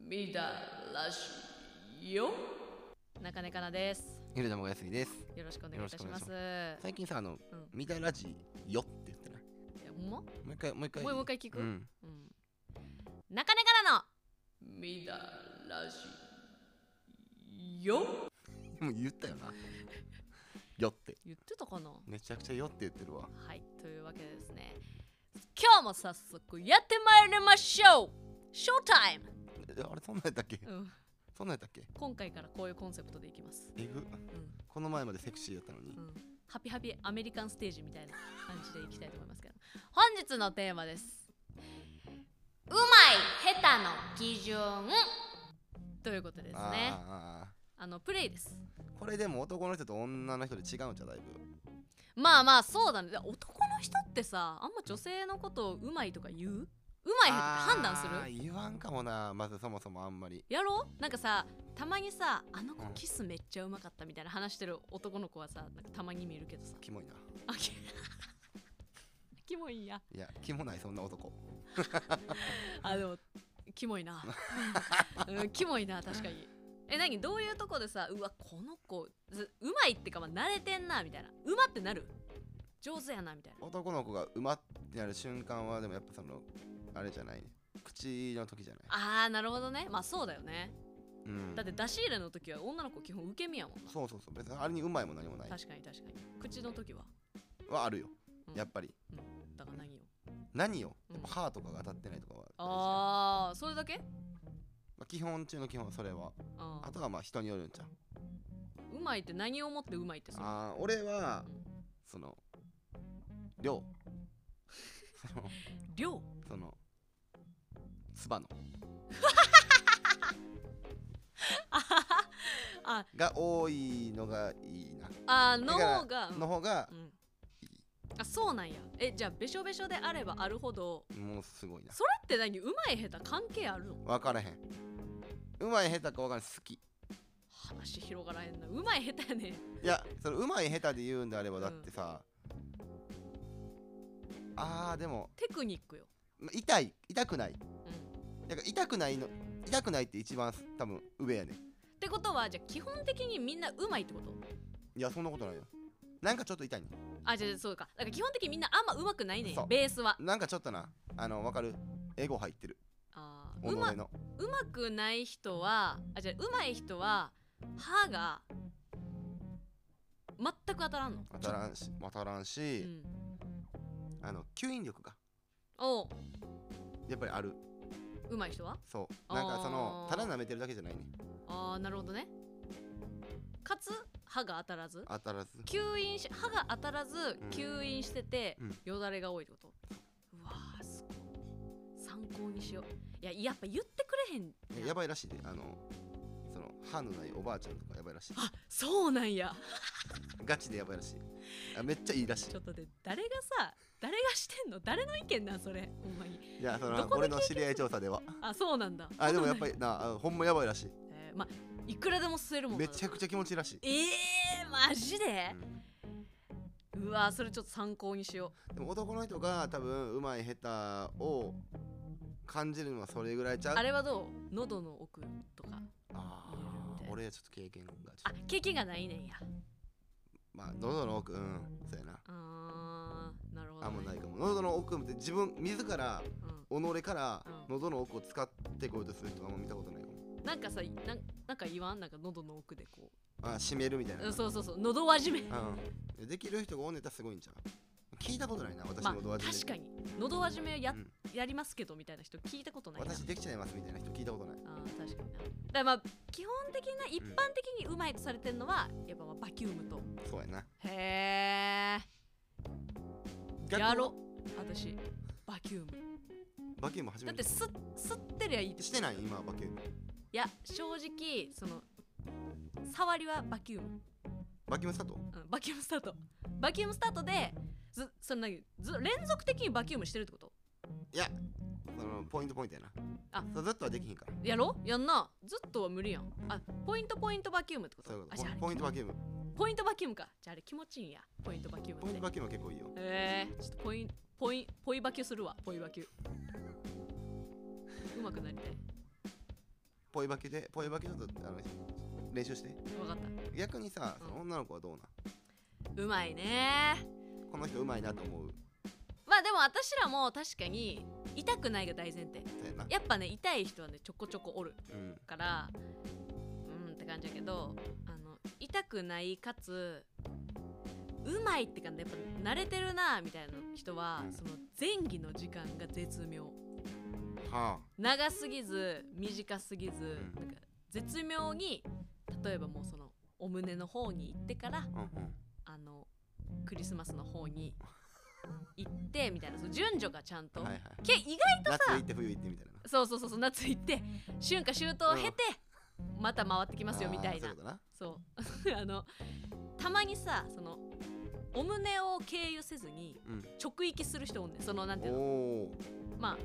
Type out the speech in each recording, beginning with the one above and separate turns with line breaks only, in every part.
見たらしいよ中根かなです
ゆるたまごやすみです
よろしくお願いいたします
最近さあの、
うん
見たラジよって言ってない
えほんまも
もう一回もう
う
一回
もう一回聞く、
うん
うん中根からの見たらしいよ
もう言ったよな よって
言ってたかな
めちゃくちゃよって言ってるわ
はいというわけでですね今日も早速やってまいりましょうショータイム、
えあれそんなんやったっけ
うん、
そんなんやったっけ
今回からこういうコンセプトでいきます、
えぐ
うん、
この前までセクシーやったのに、
うんハピハピアメリカンステージみたいな感じでいきたいと思いますけど本日のテーマですうまい下手の基準ということですね
あ
あ
あ
のプレイです
これでも男の人と女の人で違うんじゃだいぶ
まあまあそうだねで男の人ってさあんま女性のことをうまいとか言ううまい下手って判断す
あ
る
ー言わんかもなまずそもそもあんまり
やろうなんかさたまにさあの子
うん
キスめっちゃうまかったみたいな話してる男の子はさなんかたまに見るけどさ
キモいな
あキキモいんや
いやキモないそんな男
あでもキモいな、うん、キモいな確かにえ何どういうとこでさうわこの子ずうまいってかまあ慣れてんなみたいなうまってなる上手やなみたいな
男の子がうまってなる瞬間はでもやっぱそのあれじゃない口の時じゃない
あーなるほどねまあそうだよね
うん
だって出し入れの時は女の子基本受け身やもんな
そうそうそう別にあれにうまいも何もない
確かに確かに口の時は
はあるよ
うん
やっぱり
だから何よ
何よ
うん
やっぱ歯とかが当たってないとかは大事やん
あーそれだけ
まあ基本中の基本はそれは
あ
あとはまあ人によるんちゃう
ーうまいって何をもってうまいってする
あー俺はその量その
量
そのスバの
あ
が多いのがいいな
あーの
だ
方
か
がうん
の方が
うんあそうなんやえじゃあべしょべしょであればあるほど
もうすごいな
それって何うまい下手関係あるの
分からへんうまい下手か分からん好き
話広がらへんなうまい下手やね
いやそのうまい下手で言うんであれば
ん
だってさ、あーでも
テクニックよ、
ま痛い痛くない
うん、
なんか痛くないの痛くないって一番多分上やねん
ってことはじゃあ基本的にみんなうまいってこと
いやそんなことないよなんかちょっと痛いね
あじゃあそうかだから基本的にみんなあんまうまくないねん
そう
ベースは
んなんかちょっとなあの分かるエゴ入ってる
あ
己
ーうまう
の
まくない人はあじゃあうまい人は歯が全く当たらんの
当たらんし当たらん
う
し、
ん、
あの吸引力が
おう
やっぱりある
うまい人は
そうなんかその
あー
ただ舐めてるだけじゃないねん
あーなるほどねかつ歯が当たらず
当たらず
吸引し歯が当たらず
うん
吸引してて、
うん
よだれが多いってことうわーすごい参考にしよういややっぱ言ってくれへん
やばいらしいであのその歯のないおばあちゃんとかやばいらしい
あそうなんや
ガチでやばいらしいあめっちゃいいらし
ちょっとで誰がさ誰がしてんの誰の意見なんそれほんまに
いいやそ
ど
の
こで
俺の知り合い調査では
あそうなんだ
あでもやっ
り、
ぱりなあほんまやばいらしい
えーまあいくらでも吸えるもん
めちゃ
ちゃ
くちゃ気持ちいいらしい、
えー、マジで
う、ん
うわーそれちょっと参考にしよ
でも男の人が多分うまい下手を感じるのはそれぐらいちゃ
う
う
あれはどう喉の奥とか
あ
入れるみた
ー
いな
俺はちょっと経験がちょっと
あ経験がないねんや
まあ喉の奥うんそうやな
あーなるほど、ね、
あんまないかも喉の奥って自分自ら
うん
己から
うん
喉の奥を使ってこようとする人はあんま見たことないかも
なんかさなんなんか言わんなんか喉の奥でこ
あ閉めるみたいな
う、うん、そうそうそう喉わじめ
うん、できる人がおんねたらすごいんちゃう聞いたことないな私
まあ
の
確
ドアジで、
かに喉わじめや,、
うん
やりますけどみたいな人聞いたことないな
私できちゃいますみたいな人聞いたことない
あー確かになだからまあ基本的な一般的にうまいとされてるのは、やっぱまあバキュームと
そうやな
へえ
逆に
やろ私バキューム
バキューム初
だっ
め
て
て
吸っ吸ってりゃいいってこと
してない今バキューム
いや正直その触りはバキューム
バキュームスタート
うんバキュームスタートバキュームスタートでずその何ず連続的にバキュームしてるってこと
いやそのポイントポイントやな
あ
そうずっとはできひんから
やろやんなずっとは無理やんあポイントポイントバキュームってこと
そういうこ
あ
と
じゃああれ
ポイントバキューム
ポイントバキュームかじゃああれ気持ちいいんやポイントバキュー
ポイ
ムっ
ント
て
バキュームは結構いいよ
えー、ちょっとポインポインポイバキューするわポイバキューうまくなりたい
ポイバケでポイバケちょっとあの練習して
分かっ
逆にさ
うん
その女の子はどうな
たうまいね
んこの人うまいなと思う
まあでも私らも確かに痛くないが大前提
みたいな
やっぱね痛い人はねちょこちょこおる
うん
からうんって感じやけどあの痛くないかつうまいって感じやっぱ慣れてるなみたいな人は、
うん
その前儀の時間が絶妙
はあ
長すぎず短すぎず、
ん
なんか絶妙に例えばもうそのお胸の方に行ってから
うんうん
あのクリスマスの方に行ってみたいなその順序がちゃんと、
はいはい
け意外
夏行って冬行ってみたいな
そうそうそうそう夏行って春夏秋冬を経て、また回ってきますよみたい
あーそうい
な
うことな
そう あのたまにさそのお胸を経由せずに
うん
直域する人おんねんそのなんていう
お
の
おー
ま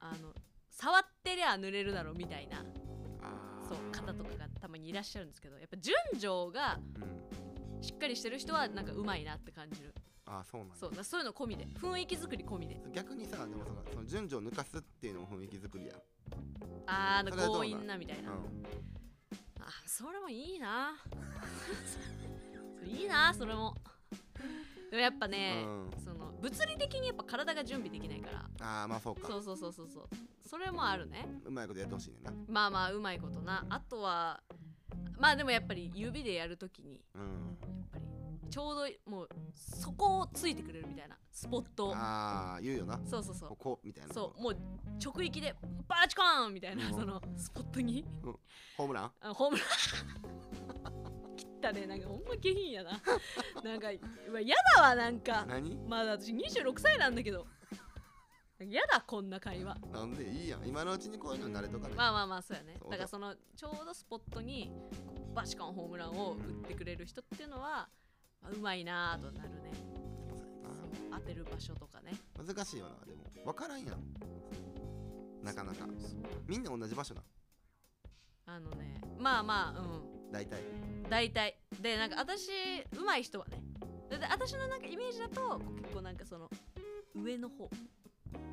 ああの触ってりゃ濡れるだろうみたいな
あー
そう方とかがたまにいらっしゃるんですけどやっぱ順序が
うん
しっかりしてる人はなんかうまいなって感じる
あーそうなんだ
そうだそういうの込みで雰囲気作り込みで
逆にさでもそのその順序を抜かすっていうのも雰囲気作りやん
あー
そ
あ
れはどう
の強
なん
引なみたいな、あそれもいいな それいいなそれもでもやっぱね、
うん
その物理的にやっぱ体が準備できないから
ああまあそうか
そうそうそうそうそうそれもあるね
うまいことやってほしいねんな
まあまあうまいことなあとはまあでもやっぱり指でやるときに
うん
やっぱりちょうどもうそこをついてくれるみたいなスポットを
ああ言うよな
そうそうそう
ここみたいな
そうもう直撃でバチコーンみたいな
うん
そのスポットに
ホームラン
あホームラン 切ったねなんかほんま下品やななんかうわやだわなんか
何
まだ私26歳なんだけどやだこんな会話
なんでいいやん今のうちにこういうのに慣れとかない
まあまあまあそうやね
そう
だからそのちょうどスポットにバシカンホームランを打ってくれる人っていうのは、まあうまいなぁとなるねそう当てる場所とかね
難しいよなでも分からんやんなかなか
そう
みんな同じ場所な
あのねまあまあうん
大体
大体でなんか私うまい人はねでで私のなんかイメージだと結構なんかその上の方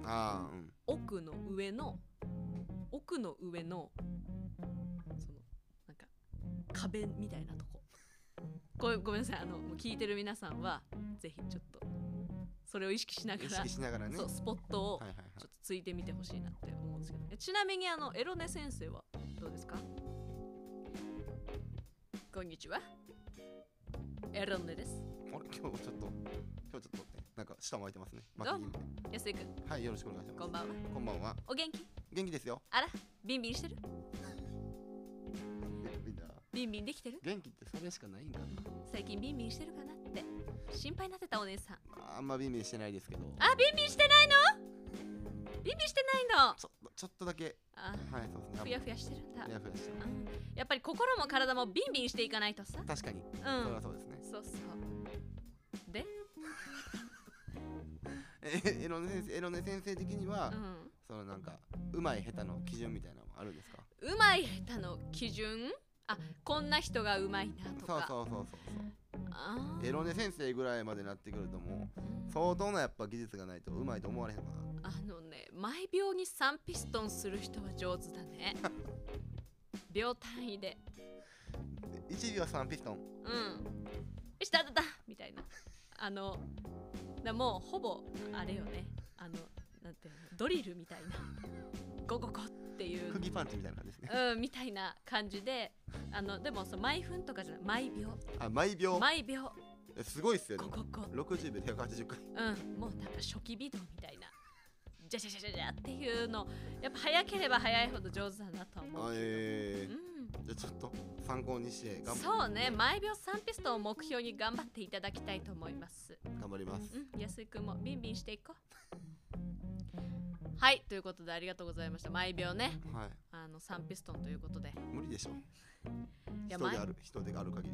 ああうん
奥の上の奥の上のそのなんか壁みたいなとこごめんごめんなさいあのもう聞いてる皆さんはぜひちょっとそれを意識しなが
意
ら
識しながらね
そうスポットを
はいはいはい
ちょっとついてみてほしいなって思うんですけど、えちなみにあのエロネ先生はどうですかこんにちはエロネです
あれ今日ちょっと今日ちょっとねなんか下巻いてますね巻き気味で
安井くん
はいよろしくお願いします
こんばんは
こんばんは
お元気
元気ですよ
あらビンビンしてる
みんな
ビンビンできてる
元気ってそれしかないんかな
最近ビンビンしてるかなって心配になってたお姉さん
あんまビンビンしてないですけど
あビンビンしてないのビンビンしてないの
ちょっとちょっとだけ
あ
はいそうですね
ふやふやしてるんだ
ふやふやしてま
うんやっぱり心も体もビンビンしていかないとさ
す確かに
う
それは
ん
そうですね
そうそうで
えエロネ先生エロネ先生的には
うん
そのなんかうまい下手の基準みたいなのもあるんですか
うまい下手の基準あこんな人がうまいなと
そう
か
そうそうそうそ
あ
うエロネ先生ぐらいまでなってくるともう
うん
相当なやっぱ技術がないとうまいと思われへんのかな
あのね毎秒に3ピストンする人は上手だ ね秒単位で
1秒3ピストン
うんよしだだだみたいなあのだもうほぼあれよねあのなんていうのドリルみたいなゴゴゴっていう
釘パンチみたいな感じですね
うんみたいな感じであのでもそう毎分とかじゃない毎秒
あ毎秒
毎秒
えすごいっすよで
ゴ
も
ゴゴ
60秒で180回
うん、もうなんか初期微動みたいな。じゃじゃじゃじゃじゃっていうの、やっぱ早ければ早いほど上手だなとは思
あ
う。う
えー
ん、
じゃあちょっと参考にして頑張
そうね、毎秒3ピストンを目標に頑張っていただきたいと思います。
頑張ります
うん、安井くんもビンビンしていこう。はい、ということでありがとうございました。毎秒ね、
はい
あの3ピストンということで。
無理でしょ
や
人
ばい
である人である限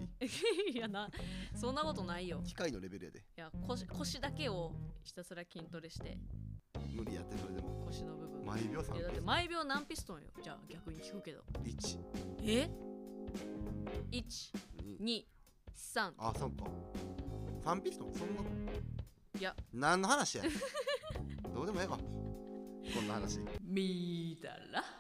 り
いやな、そんなことないよ。
機械のレベルやで
いや腰、腰だけをひたすら筋トレして、
無理やってそれでも
腰の部分。
毎秒3
いやだっ
ピ
て
ス
毎秒何ピストンよ。じゃあ逆に聞くけど。
トン1
え
2
?123
あそうか3ピストンそんない
や
何の話やどうでもええわこんな話
見たら